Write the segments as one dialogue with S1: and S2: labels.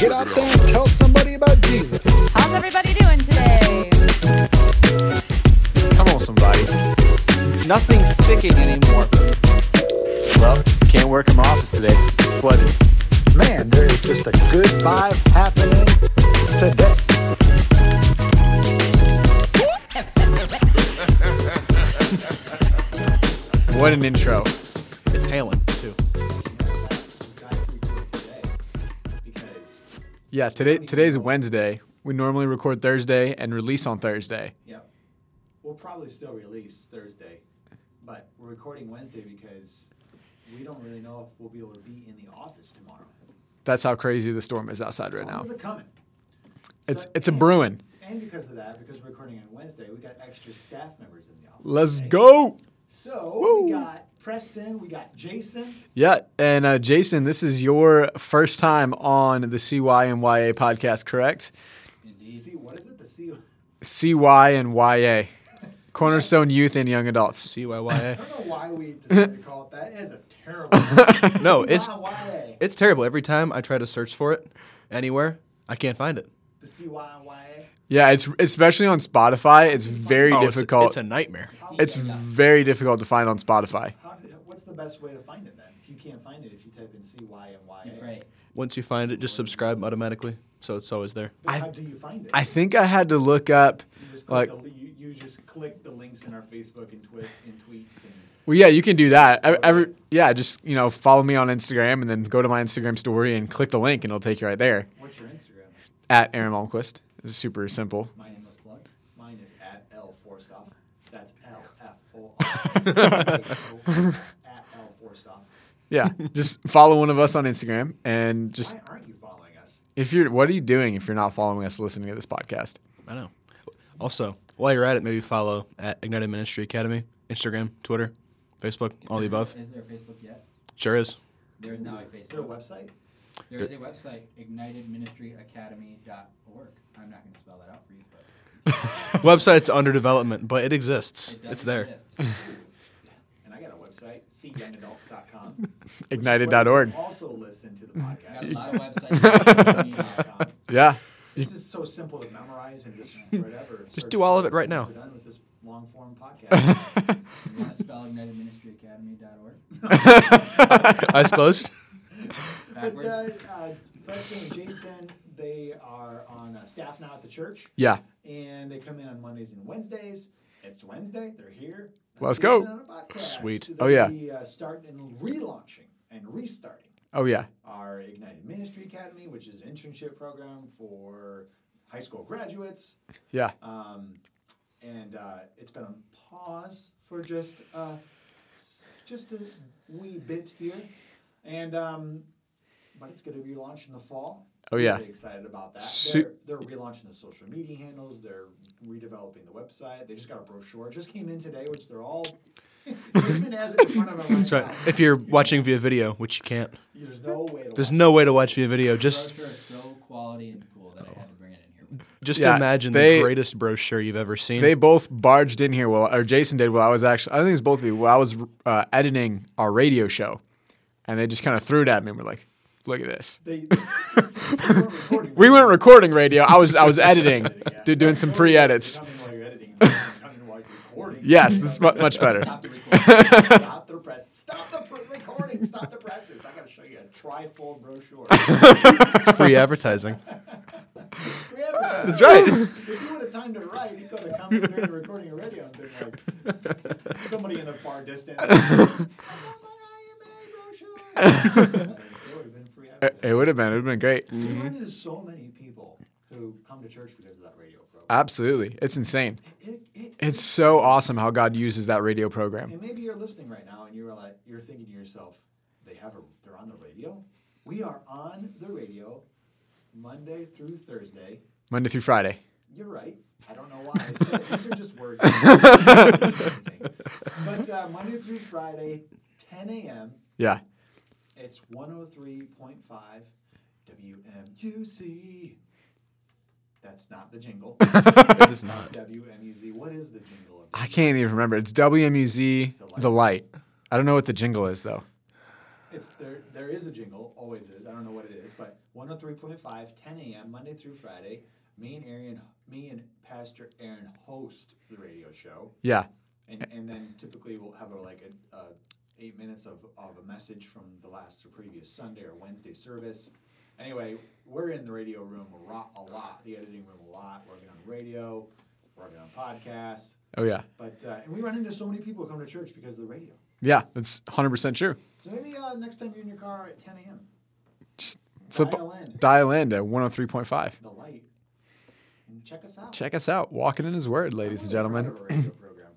S1: Get out there and tell somebody about Jesus.
S2: How's everybody doing today?
S3: Come on, somebody. Nothing's sticking anymore. Well, can't work in my office today. It's flooded.
S1: Man, there is just a good vibe happening today.
S3: What an intro. It's hailing, too.
S4: because
S3: Yeah, today today's Wednesday. We normally record Thursday and release on Thursday.
S4: yeah, we'll probably still release Thursday, but we're recording Wednesday because we don't really know if we'll be able to be in the office tomorrow.
S3: That's how crazy the storm is outside right now.
S4: Storms are coming.
S3: It's
S4: So-
S3: it's a
S4: and-
S3: brewing.
S4: And because of that, because we're recording on Wednesday, we got extra staff members in the office.
S3: Let's
S4: today.
S3: go.
S4: So we got Preston, we got Jason.
S3: Yeah, and uh, Jason, this is your first time on the CYNYA podcast, correct?
S4: See what is it? The C.
S3: CY and YA, Cornerstone Youth and Young Adults.
S5: CYYA.
S4: I don't know why we decided to call it that. It is a terrible. name.
S5: No, it's
S4: CYYA.
S5: it's terrible. Every time I try to search for it anywhere, I can't find it.
S4: the CYYA.
S3: Yeah, it's especially on Spotify. It's very
S5: Oh, it's-
S3: difficult.
S5: It's, a nightmare.
S3: It's very difficult to find on Spotify.
S4: How, what's the best way to find it then? If you can't find it, if you type in CYNYA,
S6: Right.
S5: Once you find it, just subscribe automatically, so it's always there.
S4: But how do you find it?
S3: I think I had to look up,
S4: you, just click
S3: like,
S4: the, you, you just click the links in our Facebook and Twitter and tweets and
S3: well, yeah, you can do that. I, every, yeah, just you know, follow me on Instagram and then go to my Instagram story and click the link and it'll take you right there
S4: what's your Instagram?
S3: at Aaron Malmquist. It's super simple.
S4: Mine's mine is at L Forstoff. That's L F O R at L Forstoff.
S3: Yeah, just follow one of us on Instagram and just
S4: Why aren't you following us?
S3: if you're what are you doing if you're not following us listening to this podcast?
S5: I know. Also, while you're at it, maybe follow at Ignited Ministry Academy, Instagram, Twitter, Facebook, all the above.
S6: Is there a Facebook yet?
S5: Sure is.
S6: There is now a
S4: Is there a
S6: Facebook.
S4: website?
S6: There is a website, ignitedministryacademy.org. I'm not going to spell that out for you, but
S5: Website's under development, but it exists.
S6: it does
S5: it's there.
S6: exist.
S4: And I got a website, cyoungadults.com.
S3: Ignited.org.
S4: Also listen to the
S6: Got
S4: podcast.
S6: a lot of websites.
S4: CYNYA.com.
S3: Yeah.
S4: This is so simple to memorize and just whatever. Search
S5: do all
S4: for
S5: of it right now.
S4: We're done with this long form podcast.
S6: you want to spell ignitedministryacademy.org?
S4: uh,
S5: Eyes closed.
S4: but
S6: Backwards.
S4: uh, uh, Preston and Jason, they are on uh, staff now at the church,
S3: Yeah.
S4: and they come in on Mondays and Wednesdays. It's Wednesday. They're here.
S3: Let's
S4: get
S3: go.
S4: on a podcast.
S5: Sweet.
S3: Oh,
S4: They'll
S3: yeah.
S4: Be, uh, starting and relaunching and restarting
S3: Oh yeah.
S4: our Ignited Ministry Academy, which is an internship program for high school graduates.
S3: Yeah.
S4: Um, and uh, it's been on pause for just uh, s- just a wee bit here, and um, but it's going to be launched in the fall.
S3: Oh, yeah.
S4: really excited about that.
S3: Su-
S4: they're, they're relaunching the social media handles. They're redeveloping the website. They just got a brochure. It just came in today, which they're all. Jason has it in front of him.
S5: That's right. If you're watching via video, which you can't,
S4: There's no way to.
S5: there's
S4: watch
S5: no way to watch via video. Just
S6: Brochure is so quality and cool that I had to bring it in here. with me.
S5: Just
S3: Yeah,
S5: imagine
S3: they-
S5: the greatest brochure you've ever seen.
S3: They both barged in here while, or Jason did while I was actually, I think it was both of you, while I was uh, editing our radio show. And they just kind of threw it at me and were like, look at this.
S4: They, they weren't recording.
S3: We weren't recording radio. I was, I was editing, dude, doing some pre edits.
S4: Coming while you're editing. Coming while you're recording.
S3: Yes, this is mu- much better.
S6: Stop the recording.
S4: Stop the press. Stop the pr- recording. Stop the presses. I gotta show you a trifold brochure. It's
S5: It's free advertising.
S4: free advertising.
S5: That's right.
S4: If you would have timed it right, you could have come during the recording of radio and been like somebody in the far distance. I got my IMA brochure. It would have been free
S5: Eh,
S4: advertising.
S3: It would have been, it would have been great.
S4: You run
S5: mm-hmm.
S4: into so many people who come to church because of that radio
S5: Ah.
S4: program.
S3: Absolutely. It's insane.
S4: It, it,
S3: It's so awesome how God uses that radio program.
S4: And maybe you're listening right now, and you're like, you're thinking to yourself, they have a, they're on the radio. We are on the radio, Monday through Thursday.
S3: Monday through Friday.
S4: You're right. I don't know why. I said it. These are just words. but uh, Monday through Friday, 10 a.m.
S3: Yeah.
S4: It's 103.5 WMUC. That's not the jingle.
S5: It is not.
S4: WMUZ. What is the jingle of
S3: I can't even remember. It's WMUZ The Light. I don't know what the jingle is, though.
S4: It's there. There is a jingle, always is. I don't know what it is, but 103.5, 10 a.m. Monday through Friday. Me and Aaron, me and Pastor Aaron host the radio show,
S3: Yeah.
S4: and and then typically we'll have a, like a, uh eight minutes of, of a message from the last or previous Sunday or Wednesday service. Anyway, we're in the radio room a lot, a lot, the editing room a lot, working on radio, working on podcasts,
S3: Oh yeah.
S4: but uh, and we run into so many people who come to church because of the radio.
S3: Yeah, that's 100% true.
S4: So maybe uh, next time you're in your car at 10 a.m.
S3: Just flip
S4: Dial in.
S3: dial in to 103.5.
S4: the light and check us out.
S3: Check us out, walking in his word, ladies and gentlemen.
S4: program.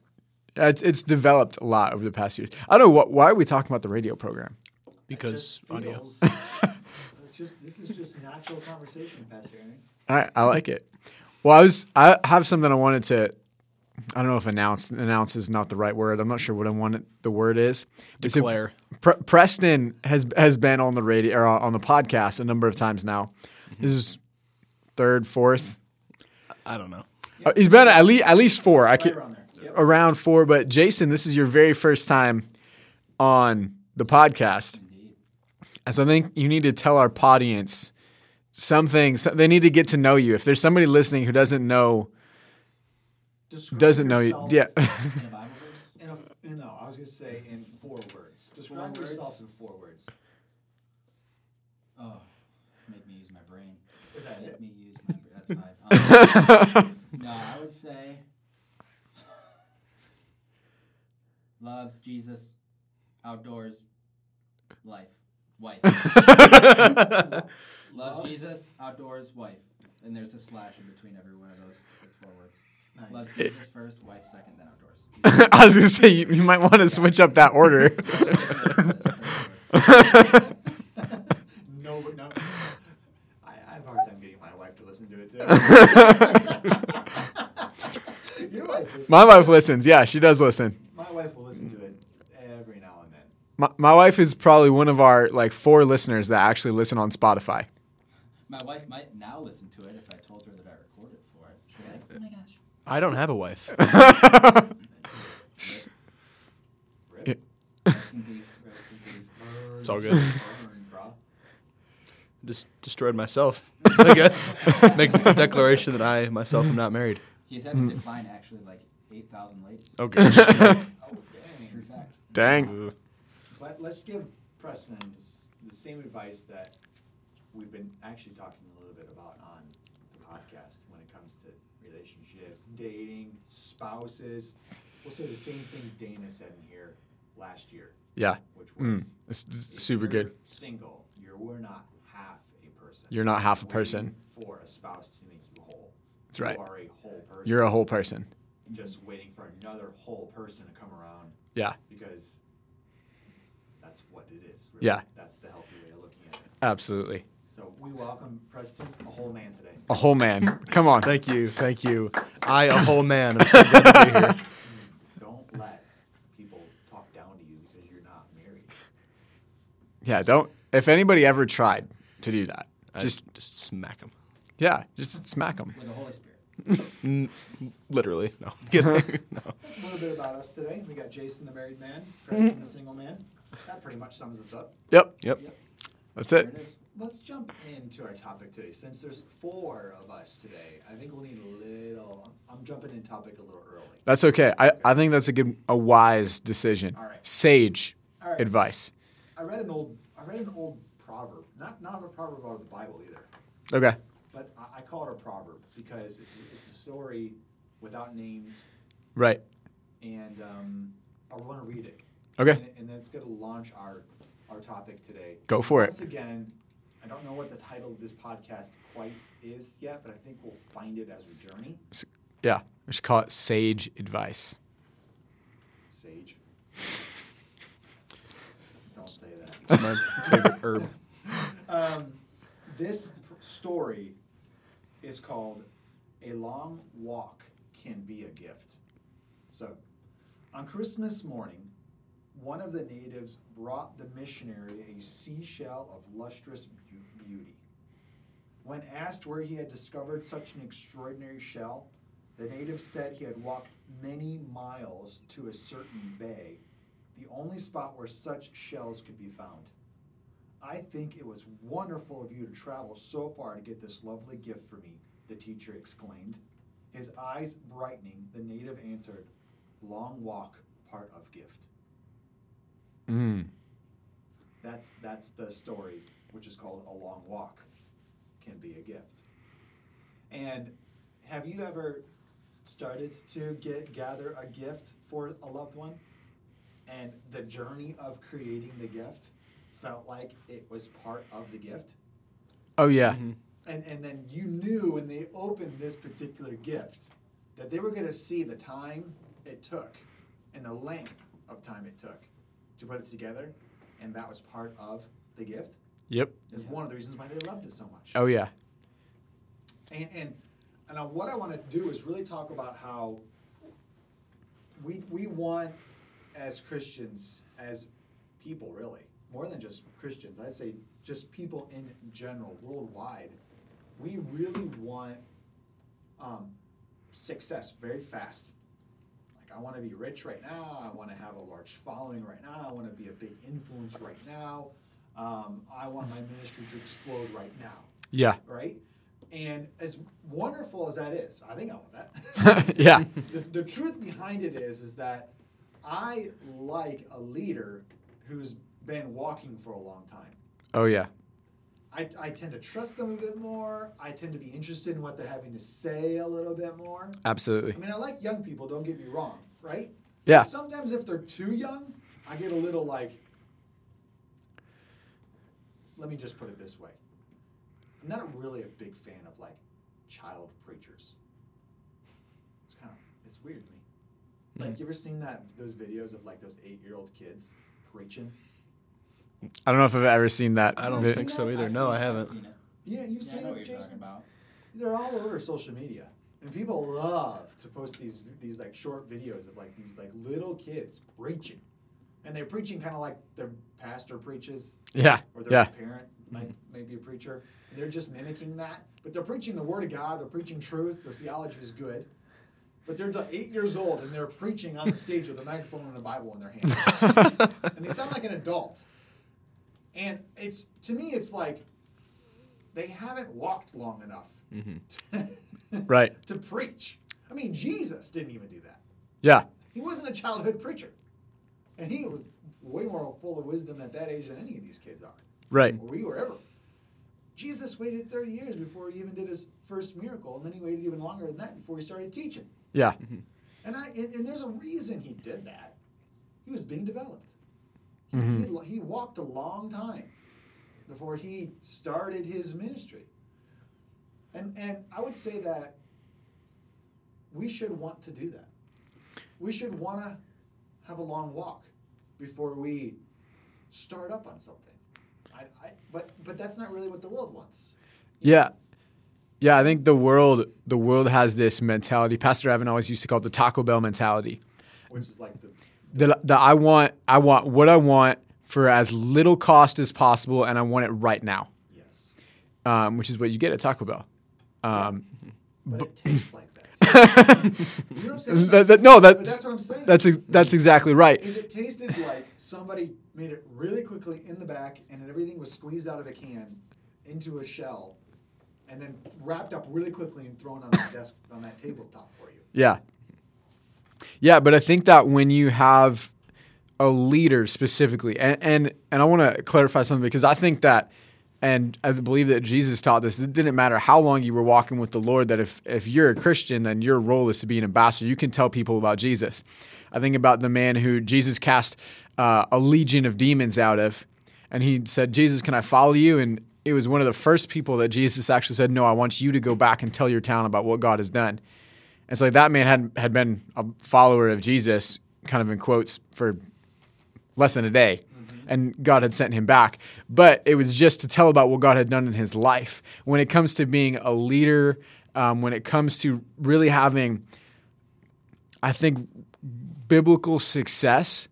S3: Uh, It's, it's developed a lot over the past years. I don't know what, why are we talking about the radio program?
S5: because audio.
S4: It's just this is just natural conversation, Pastor Aaron.
S3: All right, I like it. Well, I was I have something I wanted to. I don't know if announce announce is not the right word. I'm not sure what I wanted the word is. But so
S5: Declare.
S3: Pre- Preston has has been on the radio or on the podcast a number of times now. This is third, fourth.
S5: I don't know.
S3: Uh, he's been at least at least four. I could,
S4: around there. Yep.
S3: around four. But Jason, this is your very first time on the podcast, and so I think you need to tell our audience something. So they need to get to know you. If there's somebody listening who doesn't know
S4: Describe
S3: doesn't know you,
S4: yourself
S3: yeah,
S6: In a Bible verse?
S4: In a, in- no, I was gonna say in four words. Describe
S6: Four words?
S4: yourself in four words.
S6: Oh, make me use my brain.
S4: Is that
S6: Make
S4: it?
S6: me use my brain. That's fine. Um, no, I would say loves Jesus, outdoors, life, wife. loves Jesus, outdoors, wife. And there's a slash in between every one of those. It's four words. Loves Jesus first, wife second, then outdoors.
S3: I was gonna say you, you might want to switch up that order.
S4: No, but no. I, I have a hard time getting my wife to listen to it too. Your wife listens.
S3: My wife listens. Yeah, she does listen.
S4: My wife will listen to it every now and then.
S3: My, my wife is probably one of our like four listeners that actually listen on Spotify.
S6: My wife might now listen to it if I told her that I recorded it for it. She'd be like, oh my gosh.
S5: I don't have a wife.
S4: Rip.
S6: Rest in peace.
S4: Rest in peace.
S5: It's all good.
S4: Burn, bruh.
S5: Just destroyed myself. I guess. Make a declaration that I myself am not married.
S6: He's had to decline actually like 8,000 ladies.
S5: Hmm. Oh gosh.
S4: Oh, dang.
S6: True fact.
S3: Dang.
S4: But let's give Preston s- the same advice that we've been actually talking a little bit about on the podcast when it comes to relationships, dating, spouses. We'll say the same thing Dana said in here last year,
S3: Yeah,
S4: which was
S3: Mm. it's,
S4: if
S3: it's super
S4: you're
S3: good.
S4: Single, you're we're not half a person.
S3: You're not half a
S4: Waiting
S3: person.
S4: for a spouse to make you whole.
S3: That's right.
S4: You are a whole person.
S3: You're a whole person.
S4: just waiting for another whole person to come around
S3: Yeah,
S4: because that's what it is. Really.
S3: Yeah.
S4: That's the healthy way of looking at it.
S3: absolutely.
S4: So we welcome Preston, a whole man today.
S3: A whole man. Come on.
S5: Thank you, thank you. I, a whole man, I'm so glad to be here.
S4: Don't let people talk down to you because you're not married.
S3: Yeah, don't. If anybody ever tried to do that, just
S5: Just, just smack him.
S3: yeah, just smack them.
S6: With the Holy Spirit.
S5: Literally, no. Kidding. no.
S4: That's a little bit about us today. We got Jason, the married man, Preston, the single man. That pretty much sums us up.
S3: Yep,
S5: Yep.
S3: that's
S6: There it
S3: it.
S6: is.
S4: Let's jump into our topic today. Since there's four of us today, I think we'll need a little. I'm jumping in topic a little early.
S3: That's okay. I, I think that's a good, a wise decision.
S4: All right.
S3: Sage
S4: All right.
S3: advice.
S4: I read an old. I read an old proverb. Not not a proverb out of the Bible either.
S3: Okay.
S4: But I, I call it a proverb because it's, it's a story without names,
S3: Right.
S4: and um, I want to read it.
S3: Okay.
S4: And, and that's going to launch our, our topic today.
S3: Go for it.
S4: Once again, I don't know what the title of this podcast quite is yet, but I think we'll find it as we journey.
S3: S- Yeah, we should call it sage advice.
S4: Sage. don't say that.
S5: It's my favorite herb.
S4: Um, this pr- story is called A Long Walk Can Be a Gift. So, on Christmas morning, one of the natives brought the missionary a seashell of lustrous beau- beauty. When asked where he had discovered such an extraordinary shell, the native said he had walked many miles to a certain bay, the only spot where such shells could be found. I think it was wonderful of you to travel so far to get this lovely gift for me, the teacher exclaimed. His eyes brightening, the native answered, Long walk, part of gift.
S3: Mm.
S4: That's, that's the story, which is called A Long Walk Can Be a Gift. And have you ever started to get gather a gift for a loved one? And the journey of creating the gift felt like it was part of the gift?
S3: Oh yeah.
S4: Mm-hmm. and and then you knew when they opened this particular gift that they were going to see the time it took and the length of time it took to put it together and that was part of the gift
S3: Yep.
S4: is one of the reasons why they loved it so much
S3: Oh yeah.
S4: and and and uh, what I want to do is really talk about how we we want as Christians, as people, really more than just Christians. I'd say just people in general, worldwide. We really want um, success very fast. Like I want to be rich right now. I want to have a large following right now. I want to be a big influence right now. Um, I want my ministry to explode right now
S3: Yeah.
S4: right? And as wonderful as that is, I think I want that.
S3: yeah.
S4: the, the truth behind it is, is that I like a leader who's been walking for a long time.
S3: Oh yeah.
S4: I, I tend to trust them a bit more. I tend to be interested in what they're having to say a little bit more.
S3: Absolutely.
S4: I mean, I like young people, don't get me wrong, right?
S3: Yeah.
S4: But sometimes if they're too young, I get a little like, let me just put it this way. I'm not really a big fan of like child preachers. It's kind of, it's weird to me. Like, you ever seen that, those videos of like those eight year old kids preaching?
S3: I don't know if I've ever seen that.
S5: I don't
S3: vi-
S5: think so either. No, I haven't.
S6: seen it.
S4: Yeah, you've
S6: Yeah, I
S4: seen
S6: know
S4: it,
S6: what you're
S4: Jason?
S6: talking about.
S4: they're all over social media and people love to post these these like short videos of like these like little kids preaching and they're preaching kind of like their pastor preaches
S3: Yeah.
S4: or their
S3: Yeah. Mm-hmm.
S4: parent might maybe a preacher and they're just mimicking that but they're preaching the word of god they're preaching truth their theology is good but they're like, eight years old and they're preaching on the stage with a microphone and a bible in their hand and they sound like an adult and it's to me it's like they haven't walked long enough
S3: Mm-hmm. Right.
S4: to preach. I mean, Jesus didn't even do that.
S3: Yeah.
S4: He wasn't a childhood preacher. And he was way more full of wisdom at that age than any of these kids are,
S3: Right.
S4: or we were ever. Jesus waited 30 years before he even did his first miracle, and then he waited even longer than that before he started teaching.
S3: Yeah.
S4: Mm-hmm. And, I, and, and there's a reason he did that. He was being developed. He-
S3: Mm-hmm.
S4: He, lo- he walked a long time before he started his ministry. And, and I would say that we should want to do that. We should want to have a long walk before we start up on something. I, I, but, but that's not really what the world wants.
S3: Yeah. Yeah, I think the world the world has this mentality. Pastor Evan always used to call it the Taco Bell mentality.
S4: Which is like the,
S3: That, that I want I want what I want for as little cost as possible and I want it right now.
S4: yes.
S3: Um, which is what you get at Taco Bell. Um,
S4: But it tastes like that. you know what I'm saying?
S3: that- that- no,
S4: But
S3: that's
S4: that's what I'm saying.
S3: that's ex- that's exactly right.
S4: is it tasted like somebody made it really quickly in the back and then everything was squeezed out of a can into a shell and then wrapped up really quickly and thrown on that desk on that tabletop for you.
S3: Yeah. Yeah, but I think that when you have a leader specifically, and and, and I want to clarify something because I think that, and I believe that Jesus taught this. It didn't matter how long you were walking with the Lord. That if if you're a Christian, then your role is to be an ambassador. You can tell people about Jesus. I think about the man who Jesus cast uh, a legion of demons out of, and he said, "Jesus, can I follow you?" And it was one of the first people that Jesus actually said, "No, I want you to go back and tell your town about what God has done." And so like, that man had had been a follower of Jesus, kind of in quotes, for less than a day. And God had sent him back. But it was just to tell about what God had done in his life. When it comes to being a leader, um, when it comes to really having, I think, biblical success,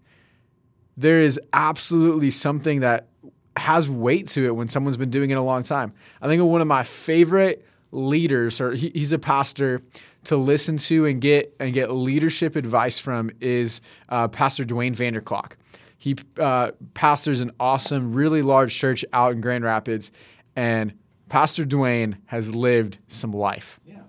S3: there is absolutely something that has weight to it when someone's been doing it a long time. I think one of my favorite leaders, or he, he's a pastor to listen to and get and get leadership advice from, is uh, Pastor Dwayne Vanderklok. He uh, pastors an awesome, really large church out in Grand Rapids, and Pastor Dwayne has lived some life
S4: Yeah,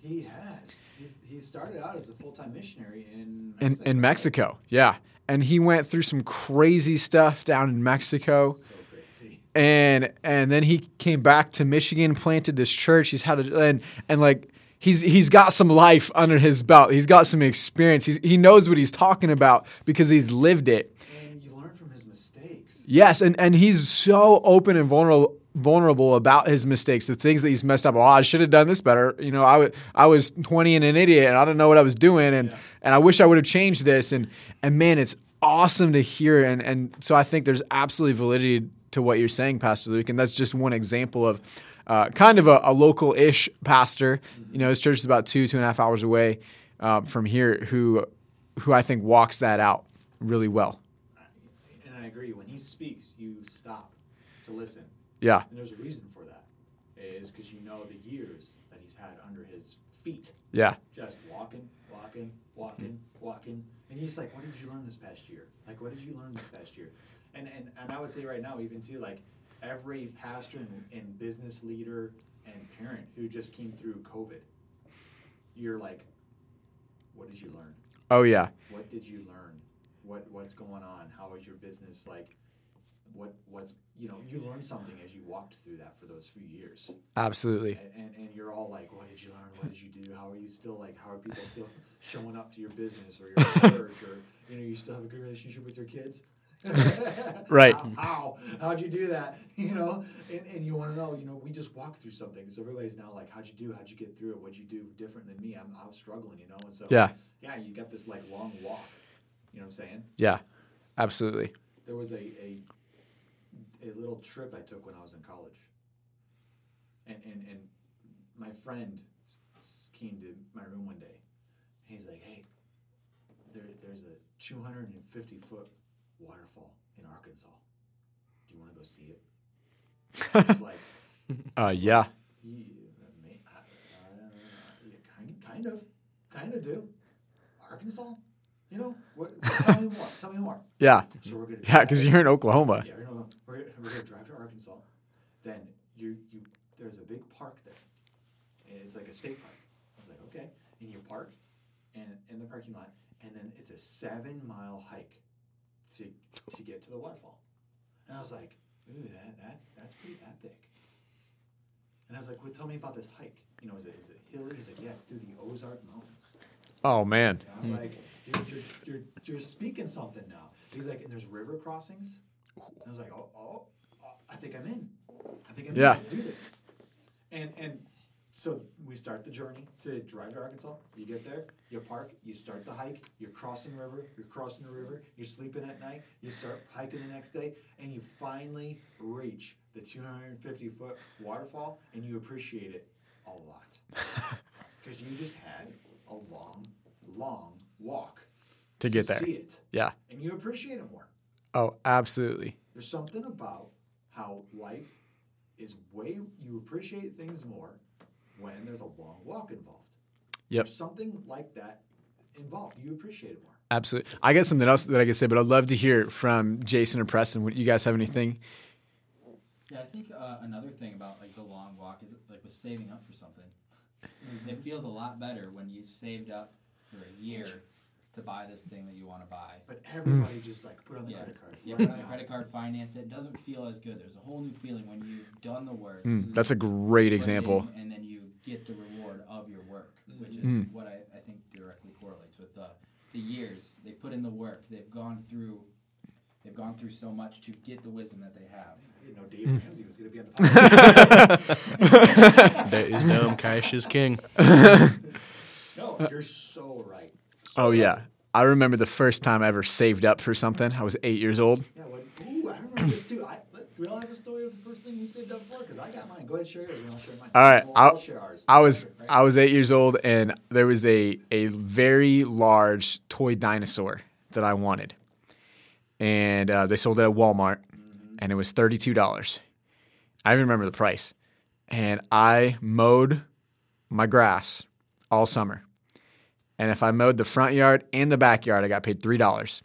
S4: he has. He's, he started out as a full time missionary in
S3: in,
S4: Mexico.
S3: in Mexico. Yeah. And he went through some crazy stuff down in Mexico.
S4: So crazy.
S3: and and then he came back to Michigan, planted this church. He's had a, and and like he's he's got some life under his belt. He's got some experience. He's, he knows what he's talking about because he's lived it.
S4: And you learn from his mistakes.
S3: Yes, and and he's so open and vulnerable vulnerable about his mistakes, the things that he's messed up. Oh, I should have done this better. You know, I wa- I was 20 and an idiot and I didn't know what I was doing and and I wish I would have changed this and and man, it's awesome to hear and and so I think there's absolutely validity to what you're saying, Pastor Luke, and that's just one example of uh, kind of a, a local-ish pastor. You know, his church is about two, two and a half hours away uh, from here, who, who I think walks that out really well.
S4: And I agree. When he speaks, you stop to listen.
S3: Yeah.
S4: And there's a reason for that, is because you know the years that he's had under his feet,
S3: Yeah.
S4: just walking, walking, walking, walking. And he's like, "What did you learn this past year? Like, what did you learn this past year?" And and, and I would say right now, even too, like every pastor and, and business leader and parent who just came through COVID, you're like, "What did you learn?"
S3: Oh, yeah.
S4: what did you learn what what's going on how is your business like what what's you know you learned something as you walked through that for those few years
S3: Absolutely.
S4: and, and and you're all like what did you learn what did you do how are you still like how are people still showing up to your business or your church or you know you still have a good relationship with your kids
S3: Right.
S4: how, how how'd you do that you know and, and you want to know you know we just walked through something so everybody's now like how'd you do how'd you get through it what'd you do different than me i'm, I'm struggling you know and so
S3: Yeah.
S4: yeah you got this like long walk you know what i'm saying
S3: Yeah, absolutely.
S4: there was a, a a little trip I took when I was in college. And and, and my friend s- s- came to my room one day. He's like, "Hey, there, there's a 250 foot waterfall in Arkansas. Do you want to go see it?" I was like,
S3: Uh, yeah,
S4: yeah, may- I- uh, yeah, kind, kind of, kind of do. Arkansas, you know what? Tell me more. Tell me more.
S3: yeah,
S4: So we're gonna
S3: yeah.
S4: drive-
S3: Because you're in Oklahoma.
S4: yeah, we're gonna, we're, gonna- we're gonna drive to Arkansas. Then you you there's a big park there, and it's like a state park. I was like, okay, and you park, and in the parking lot, and then it's a seven mile hike to to get to the waterfall. And I was like, ooh, that that's that's pretty epic. And I was like, well, tell me about this hike. You know, is it is it hilly? He's like, yeah, it's through the Ozark Mountains.
S3: Oh man.
S4: And I was like, you're, you're, you're, you're speaking something now. He's like, and there's river crossings. I was like, oh, oh, oh, I think I'm in. I think I'm
S3: Yeah.
S4: in. Let's do this. And and so we start the journey to drive to Arkansas. You get there, you park, you start the hike, you're crossing the river, you're crossing the river, you're sleeping at night, you start hiking the next day, and you finally reach the 250 foot waterfall, and you appreciate it a lot because you just had a long, long walk
S3: To get there.
S4: See it,
S3: Yeah.
S4: and you appreciate it more.
S3: Oh, absolutely.
S4: There's something about how life is way you appreciate things more when there's a long walk involved.
S3: Yep.
S4: There's something like that involved. You appreciate it more.
S3: Absolutely. I got something else that I could say, but I'd love to hear from Jason or Preston. Would you guys have anything?
S6: Yeah, I think uh, another thing about like the long walk is like was saving up for something.
S4: Mm-hmm.
S6: It feels a lot better when you've saved up for a year to buy this thing that you want to buy.
S4: But everybody
S3: Mm.
S4: just like put on the
S6: Yeah,
S4: credit card.
S6: yeah,
S4: right
S6: put on a
S4: now.
S6: credit card, finance it. Doesn't feel as good. There's a whole new feeling when you've done the work.
S3: That's a great example.
S6: working, And then you get the reward of your work, which is
S5: Mm-hmm.
S6: what I, I think directly correlates with the, the years they put in the work. They've gone through, they've gone through so much to get the wisdom that they have.
S4: I didn't know Dave Ramsey was going to be on the podcast.
S5: That is dumb. Cash is king.
S4: no, you're so right.
S3: Oh yeah. I remember the first time I ever saved up for something. I was eight years old.
S4: Yeah, what, ooh, I remember this too. I, let, do we all have a story of the first thing you saved up for? Because I got mine. Go ahead, share yours. And I'll share mine.
S3: All right,
S4: We'll
S3: I'll-
S4: all share ours.
S3: I was
S4: Right?
S3: I was eight years old, and there was a a very large toy dinosaur that I wanted, and uh, they sold it at Walmart, and it was thirty two dollars. I even remember the price, and I mowed my grass all summer, and if I mowed the front yard and the backyard, I got paid three dollars.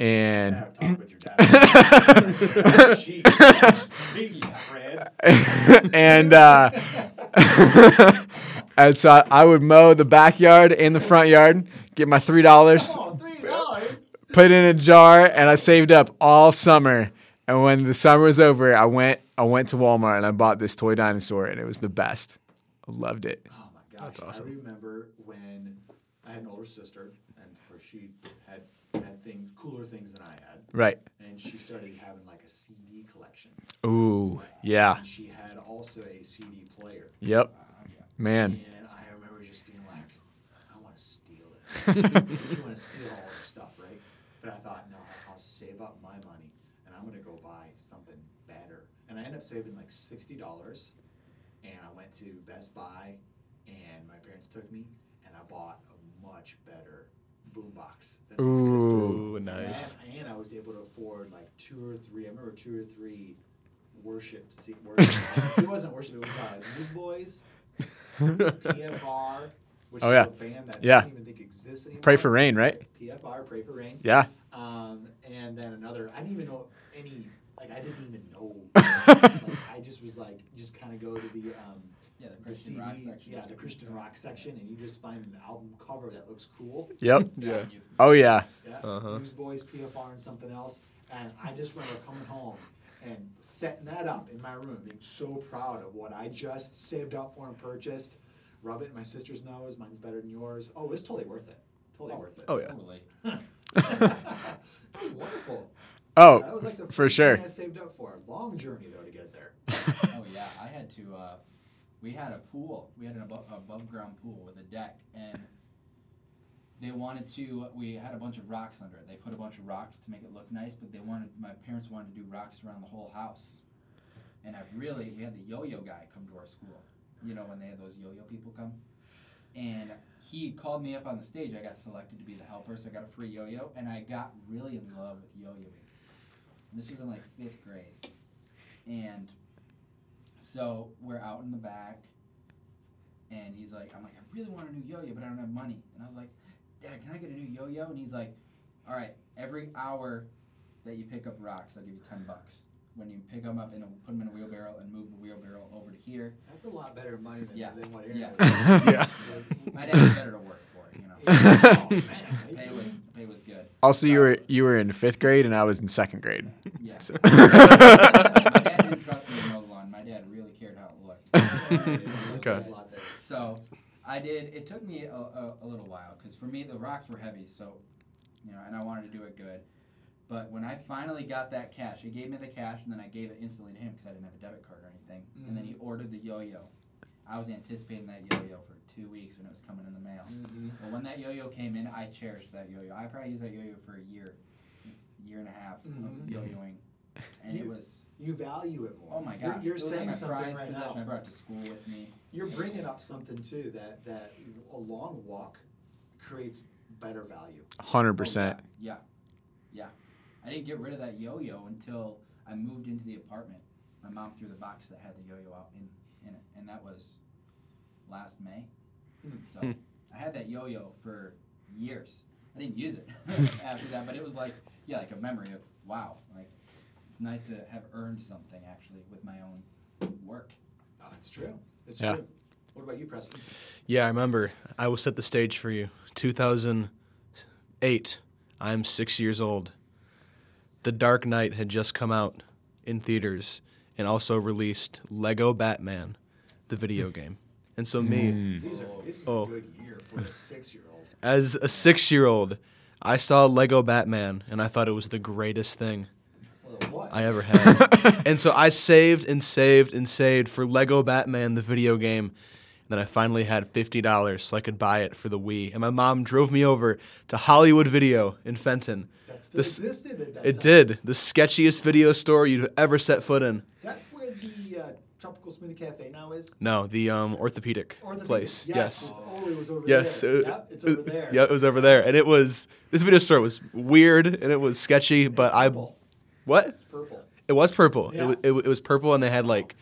S3: and
S4: Have a talk with your dad. Cheek, cheek, Fred.
S3: and uh, and so I, I would mow the backyard and the front yard, get my three dollars,
S4: Oh, three dollars.
S3: put it in a jar, and I saved up all summer. And when the summer was over, I went I went to Walmart and I bought this toy dinosaur, and it was the best. I loved it.
S4: Oh my gosh. That's awesome. I remember when I had an older sister, and where she had had things cooler things than I had,
S3: Right.
S4: and she started having like a CD collection.
S3: Ooh. Yeah.
S4: And she had also a CD player.
S3: Yep. Man.
S4: And I remember just being like, I want to steal it. you want to steal all this stuff, right? But I thought, no, I'll save up my money and I'm going to go buy something better. And I ended up saving like $60. And I went to Best Buy and my parents took me and I bought a much better boombox than my sister.
S3: Ooh.
S5: nice.
S4: And, and I was able to afford like two or three. I remember two or three worship. See, worship. it wasn't worship. It was uh, Newsboys, PFR, which
S3: Oh,
S4: is
S3: yeah.
S4: a band that
S3: Yeah.
S4: I don't even think exists anymore.
S3: Pray for rain, right?
S4: PFR, Pray for Rain.
S3: Yeah.
S4: Um, and then another. I didn't even know any. Like I didn't even know. like, I just was like, just kind of go to the. Um,
S6: Yeah, the
S4: the
S6: Christian
S4: CD,
S6: rock section.
S4: yeah, the Christian rock section, and you just find an album cover that looks cool.
S3: Yep.
S5: Yeah.
S6: You-
S3: Oh yeah.
S4: yeah,
S5: Uh-huh.
S4: Newsboys, PFR, and something else. And I just remember coming home and setting that up in my room, being so proud of what I just saved up for and purchased. Rub it in my sister's nose. Mine's better than yours. Oh, it's totally worth it. Totally worth it.
S5: Oh yeah.
S6: Totally.
S4: It was wonderful. That
S3: Oh,
S4: was like the
S3: for
S4: first
S3: sure.
S4: thing I saved up for. Long journey though to get there.
S6: oh yeah, I had to. Uh, we had a pool. We had an above, above ground pool with a deck, and they wanted to. We had a bunch of rocks under it. They put a bunch of rocks to make it look nice, but they wanted my parents wanted to do rocks around the whole house. And I really, we had the yo-yo guy come to our school. You know when they had those yo-yo people come, and he called me up on the stage. I got selected to be the helper, so I got a free yo-yo, and I got really in love with yo-yoing. And this was in like fifth grade, and so we're out in the back, and he's like, I'm like, I really want a new yo yo, but I don't have money. And I was like, Dad, can I get a new yo yo? And he's like, All right, every hour that you pick up rocks, I'll give you 10 bucks. When you pick them up and put them in a wheelbarrow and move the wheelbarrow over to here,
S4: That's a lot better money than,
S6: Yeah.
S4: than what Aaron
S6: Yeah.
S4: was.
S3: Yeah.
S6: my dad was better to work for, you know.
S4: oh, man.
S6: The pay was, the pay was good.
S3: Also, you were you were in fifth grade and I was in second grade.
S6: Yeah. my dad didn't trust me to mow the lawn. My dad really cared how it looked.
S4: That was a lot better.
S6: So I did. It took me a, a, a little while because for me the rocks were heavy. So you know, and I wanted to do it good. But when I finally got that cash, he gave me the cash, and then I gave it instantly to him because I didn't have a debit card or anything. And then he
S4: Mm-hmm.
S6: ordered the yo-yo. I was anticipating that yo-yo for two weeks when it was coming in the mail.
S4: Mm-hmm.
S6: But when that yo-yo came in, I cherished that yo-yo. I probably used that yo-yo for a year, year and a half
S4: Mhm.
S6: of yo-yoing, and it
S4: You-
S6: was
S4: You value it more.
S6: oh my
S4: You're-
S6: gosh!
S4: You're,
S6: it was like
S4: saying
S6: my
S4: something
S6: prized
S4: right
S6: possession. I
S4: now.
S6: brought it to school with me.
S4: You're bringing up something too that that a long walk creates better value.
S3: Hundred
S6: Oh,
S3: percent.
S6: Yeah, yeah. Yeah. I didn't get rid of that yo-yo until I moved into the apartment. My mom threw the box that had the yo-yo out in, in it, and that was last May. So
S3: Hmm.
S6: I had that yo-yo for years. I didn't use it after that, but it was like yeah, like a memory of wow, like it's nice to have earned something actually with my own work. Ah,
S4: Oh, it's true. It's
S3: Yeah.
S4: true. What about you, Preston?
S5: Yeah, I remember. I will set the stage for you. 2008. I'm six years old. The Dark Knight had just come out in theaters and also released Lego Batman, the video game. And so, me,
S4: These are this is
S5: Oh.
S4: a good year for a six-year-old.
S5: as a six year old, I saw Lego Batman and I thought it was the greatest thing
S4: Well, it was.
S5: I ever had. and so I saved and saved and saved for Lego Batman, the video game. And then I finally had $50 so I could buy it for the Wii. And my mom drove me over to Hollywood Video in Fenton.
S4: That still
S5: This-
S4: existed at that
S5: It
S4: time.
S5: did. The sketchiest video store you'd ever set foot in.
S4: Is that where the uh, Tropical Smoothie Cafe now is?
S5: No, the um, orthopedic
S4: Or the
S5: place.
S4: Yes.
S5: Yes.
S4: It's, oh, it was over
S5: Yes.
S4: there.
S5: it-
S4: yep, it's over there.
S5: Yeah, it was over there. And it was, this video store was weird and it was sketchy, but I,
S4: Purple.
S5: what?
S4: Purple.
S5: It was purple. It,
S4: Yeah.
S5: wa- it, wa- it was purple, and they had like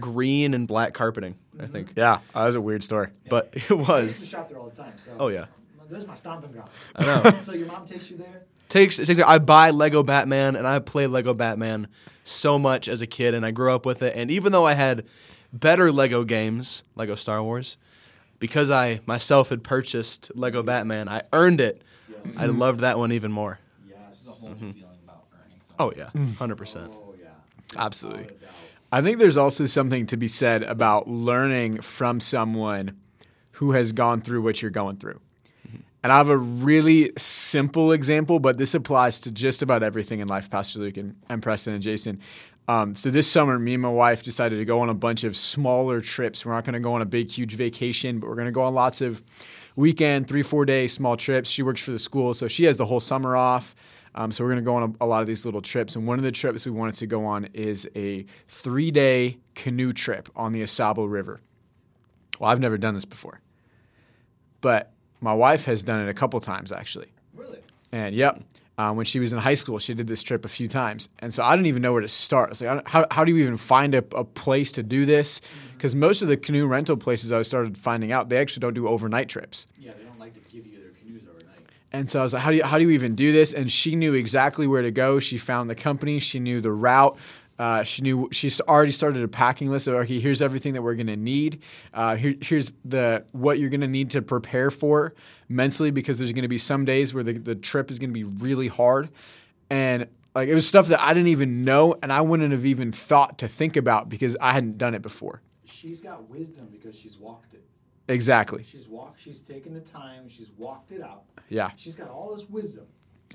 S5: green and black carpeting.
S4: Mm-hmm.
S5: I think.
S3: Yeah, that was a weird story.
S5: But it
S4: I used to
S5: was
S4: shop there all the time. So
S5: Oh, yeah.
S4: There's my stomping grounds.
S5: I know.
S4: so your mom takes you there?
S5: takes it takes. I buy Lego Batman and I played Lego Batman so much as a kid, and I grew up with it. And even though I had better Lego games, Lego Star Wars, because I myself had purchased Lego Batman, I earned it.
S4: Yes.
S5: I loved that one even more.
S6: It's a
S4: Yes.
S6: whole
S3: Mm-hmm.
S6: new feeling about earning something.
S5: Oh yeah, hundred percent.
S4: Oh yeah.
S3: Absolutely.
S4: Without a doubt.
S3: I think there's also something to be said about learning from someone who has gone through what you're going through. And I have a really simple example, but this applies to just about everything in life, Pastor Luke and, and Preston and Jason. Um, so this summer, me and my wife decided to go on a bunch of smaller trips. We're not going to go on a big, huge vacation, but we're going to go on lots of weekend, three, four day small trips. She works for the school, so she has the whole summer off. Um, so we're going to go on a, a lot of these little trips. And one of the trips we wanted to go on is a three day canoe trip on the Asabo River. Well, I've never done this before, but my wife has done it a couple times actually.
S4: Really?
S3: And yep, uh, when she was in high school, she did this trip a few times. And so I didn't even know where to start. It's like, I don't- how, how do you even find a, a place to do this? Because most of the canoe rental places I started finding out, they actually don't do overnight trips.
S4: Yeah, they don't like to give you their canoes overnight.
S3: And so I was like, how do you, how do you even do this? And she knew exactly where to go. She found the company. She knew the route. Uh, she knew she's already started a packing list of okay, here's everything that we're gonna need. Uh, here, here's the what you're gonna need to prepare for mentally because there's gonna be some days where the, the trip is gonna be really hard, and like it was stuff that I didn't even know and I wouldn't have even thought to think about because I hadn't done it before.
S4: She's got wisdom because she's walked it.
S3: Exactly.
S4: She's walked. She's taken the time. She's walked it out.
S3: Yeah.
S4: She's got all this wisdom.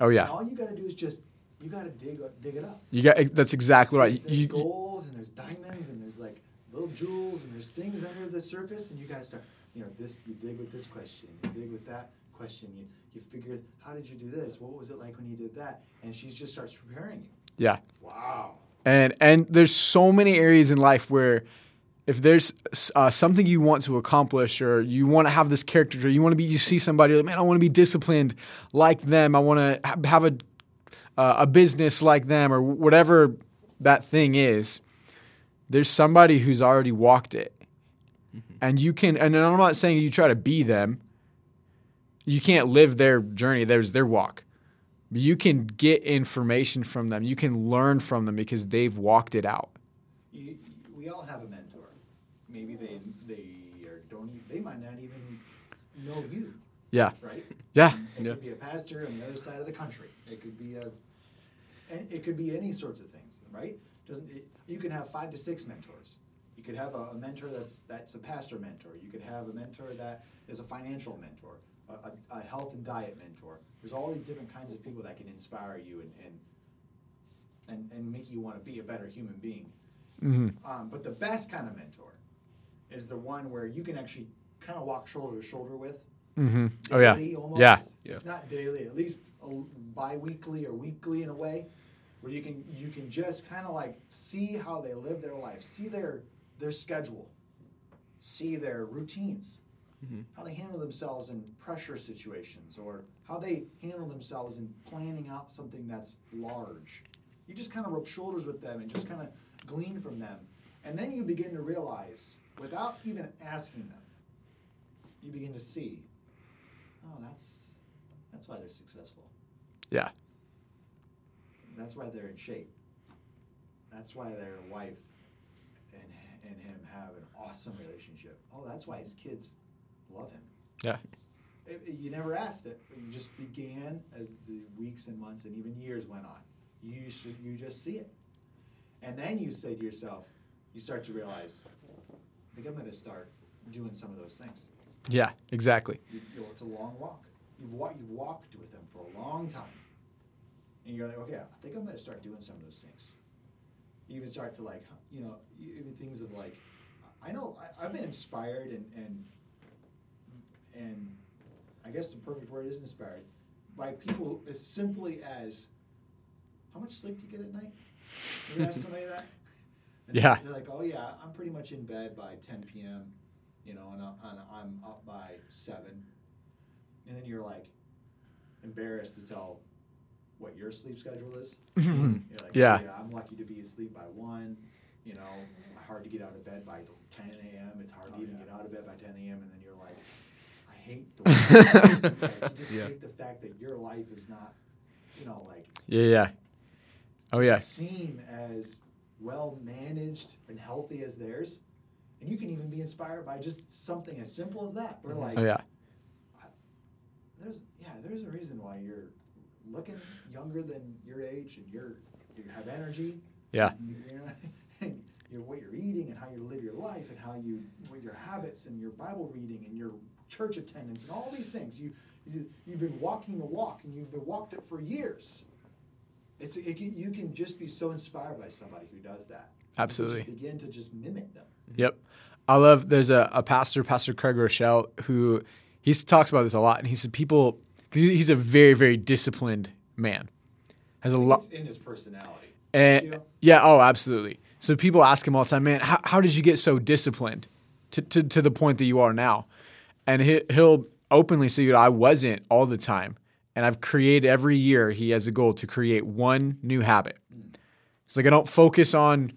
S3: Oh
S4: And
S3: yeah.
S4: all you got to do is just you got to dig dig it up.
S3: You got that's exactly right.
S4: There's
S3: You- you-
S4: gold and there's diamonds and there's like little jewels and there's things under the surface and you got to start. You know this. You dig with this question. You dig with that question. You you figure how did you do this? What was it like when you did that? And she just starts preparing you.
S3: yeah.
S4: Wow.
S3: and and there's so many areas in life where if there's uh, something you want to accomplish or you want to have this character or you want to be you see somebody like man i want to be disciplined like them i want to ha- have a uh, a business like them or whatever that thing is there's somebody who's already walked it and you can and i'm not saying you try to be them you can't live their journey there's their walk you can get information from them. You can learn from them because they've walked it out.
S4: you, we all have a mentor. Maybe they they are don't e they might not even know you,
S3: Yeah.
S4: right?
S3: Yeah.
S4: It
S5: Yeah.
S4: could be a pastor on the other side of the country. It could be a, and it could be any sorts of things, right? Doesn't it, you can have five to six mentors. You could have a, a mentor that's that's a pastor mentor. You could have a mentor that is a financial mentor, a, a, a health and diet mentor. There's all these different kinds of people that can inspire you and and and, and make you want to be a better human being.
S3: Mm-hmm.
S4: Um, but the best kind of mentor is the one where you can actually kind of walk shoulder to shoulder with. Mm-hmm.
S3: Oh, yeah.
S4: Almost,
S3: Yeah.
S5: Yeah.
S4: If not daily, at least a, bi-weekly or weekly in a way, where you can you can just kind of like see how they live their life, see their their schedule, see their routines, how they handle themselves in pressure situations, or how they handle themselves in planning out something that's large. You just kind of rub shoulders with them and just kind of glean from them, and then you begin to realize, without even asking them, you begin to see, oh, that's that's why they're successful.
S3: Yeah.
S4: That's why they're in shape. That's why their wife and and him have an awesome relationship. Oh, that's why his kids love him.
S3: Yeah.
S4: It- it- you never asked it, but you just began as the weeks and months and even years went on. You should you just see it, and then you say to yourself, you start to realize, I think I'm going to start doing some of those things.
S3: Yeah. Exactly.
S4: You, you know, it's a long walk. You've, wa- you've walked with them for a long time. And you're like, okay, I think I'm going to start doing some of those things. You even start to like, you know, you- even things of like, I know I, I've been inspired and, and, and I guess the perfect word is inspired by people as simply as, how much sleep do you get at night? You ever ask somebody that? And
S3: Yeah.
S4: They're like, oh yeah, I'm pretty much in bed by 10 p.m., you know, and, I, and I'm up by 7. And then you're like embarrassed to tell what your sleep schedule is. you're like,
S3: Yeah.
S4: "Oh, I'm lucky to be asleep by 1. You know, hard to get out of bed by 10 a.m. It's hard to even get out of bed by 10 a.m. And then you're like, I hate the way I just
S5: Yeah.
S4: hate the fact that your life is not you know, like
S3: Yeah, yeah. Oh yeah.
S4: seem as well managed and healthy as theirs. And you can even be inspired by just something as simple as that. We're like,
S3: Oh yeah.
S4: there's yeah, there's a reason why you're looking younger than your age and you're you have energy.
S3: Yeah.
S4: You're, and you're what you're eating and how you live your life and how you what your habits and your Bible reading and your church attendance and all these things. You, you you've been walking the walk and you've been walked it for years. It's it, can- you can just be so inspired by somebody who does that. You can just
S3: Absolutely.
S4: begin to just mimic them.
S3: Yep. I love there's a, a pastor, Pastor Craig Rochelle, who he s- talks about this a lot. And he said people, because he's a very, very disciplined man, has a lot.
S4: It's in his personality. you
S3: And
S4: know?
S3: yeah, oh, absolutely. So people ask him all the time, man, how, how did you get so disciplined to, to, to the point that you are now? And he, he'll openly say, you know, I wasn't all the time. And I've created every year, he has a goal to create one new habit. It's like I don't focus on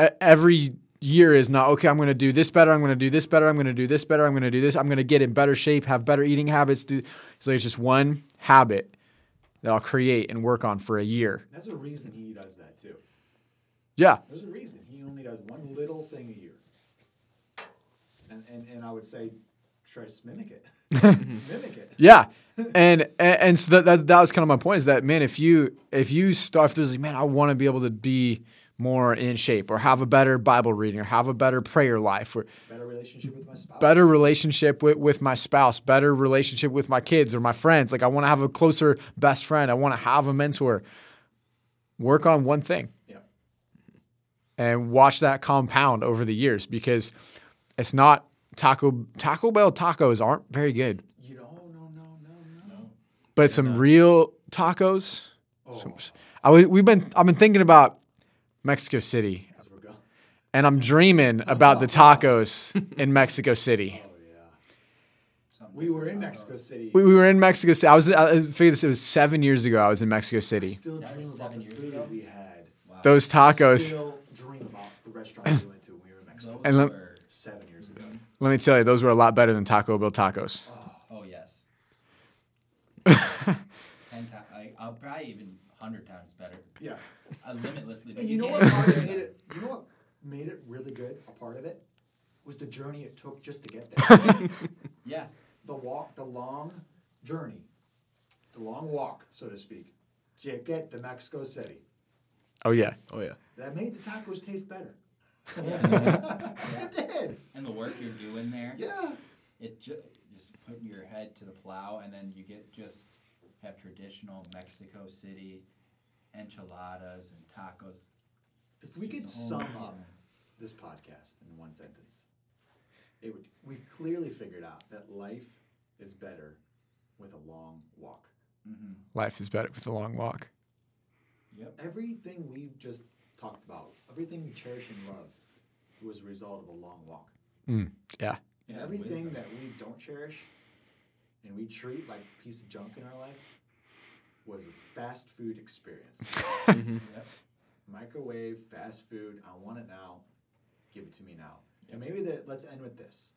S3: e- every year is not okay. I'm going to do this better. I'm going to do this better. I'm going to do this better. I'm going to do this. I'm going to get in better shape, have better eating habits. Do so. It's just one habit that I'll create and work on for a year.
S4: That's a reason he does that too.
S3: Yeah,
S4: There's a reason he only does one little thing a year. And and, and I would say, try to mimic it. mimic it.
S3: yeah. And and, and so that, that that was kind of my point is that man, if you if you start if there's like man, I want to be able to be more in shape or have a better Bible reading or have a better prayer life or
S4: Better relationship with my spouse.
S3: better relationship with, with my spouse, better relationship with my kids or my friends. Like I want to have a closer best friend. I want to have a mentor. Work on one thing
S4: Yeah.
S3: and watch that compound over the years because it's not Taco Taco Bell tacos aren't very good,
S4: You know, no, no, no, no.
S3: but some real tacos.
S4: Oh.
S3: some- I was, we've been I've been thinking about Mexico City
S4: As we're going.
S3: and I'm dreaming about the tacos in Mexico City.
S4: We were in Mexico City.
S3: We, we were in Mexico City. I was I was- figured this it was seven years ago. I was in Mexico City.
S4: still
S6: That was
S4: dream about
S6: seven
S4: the
S6: years
S4: food
S6: ago?
S4: we had.
S3: Those tacos.
S4: Still dream about the restaurant we went to when we were in Mexico
S6: Those
S3: And lem-
S6: were-
S4: seven years ago.
S3: Let me tell you, those were a lot better than Taco Bell tacos.
S6: oh yes. Ten times, I, I'll probably even hundred times better.
S4: Yeah.
S6: Uh, limitlessly. But
S4: And you know
S6: can't
S4: what part of
S6: do
S4: made
S6: that.
S4: it? You know what made it really good? A part of it was the journey it took just to get there.
S6: Yeah.
S4: the walk, the long journey, the long walk, so to speak, to get to Mexico City.
S3: Oh yeah.
S5: Oh yeah.
S4: That made the tacos taste better.
S6: Yeah.
S4: It did.
S6: And the work you're doing there.
S4: Yeah.
S6: It ju- just putting your head to the plow, and then you get just have traditional Mexico City enchiladas and tacos.
S4: If we could
S6: It's a
S4: sum
S6: whole new
S4: up
S6: feeling.
S4: this podcast in one sentence, it would. We clearly figured out that life is better with a long walk.
S3: Life is better with a long walk.
S6: Yep.
S4: Everything we've just talked about, everything we cherish and love, was a result of a long walk.
S3: Yeah.
S6: Yeah,
S4: Everything
S6: wisdom.
S4: that we don't cherish and we treat like a piece of junk in our life was a fast food experience.
S6: Yep.
S4: Microwave, fast food, I want it now, give it to me now. And maybe that let's end with this.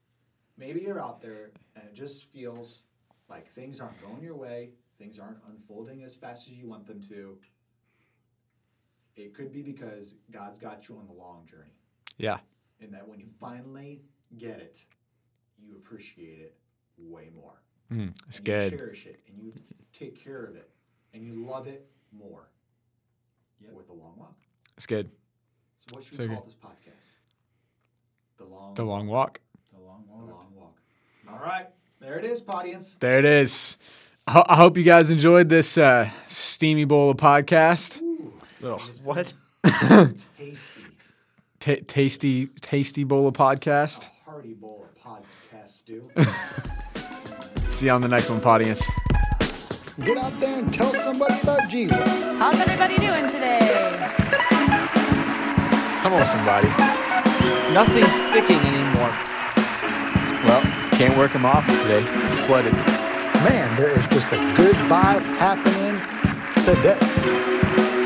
S4: Maybe you're out there and it just feels like things aren't going your way, things aren't unfolding as fast as you want them to. It could be because God's got you on the long journey
S3: Yeah.
S4: and that when you finally get it, you appreciate it way more.
S3: Mm, it's
S4: and You
S3: good.
S4: cherish it and you take care of it and you love it more
S6: Yep.
S4: with the long walk.
S3: It's good.
S4: So what should
S3: So
S4: we
S3: good.
S4: call this podcast? The long,
S3: The long walk.
S6: The long
S4: the
S6: walk.
S4: long walk. All right, there it is, audience.
S3: There it is. I, ho- I hope you guys enjoyed this uh, steamy bowl of podcast.
S5: Oh, what?
S4: Tasty,
S3: Ta tasty, tasty bowl of podcast.
S4: hearty bowl of podcast stew.
S3: See you on the next one, audience.
S1: Get out there and tell somebody about Jesus.
S2: How's everybody doing today?
S3: Come on, somebody.
S7: Nothing's sticking anymore.
S3: Well, can't work them off today. It's flooded.
S1: Man, there is just a good vibe happening today.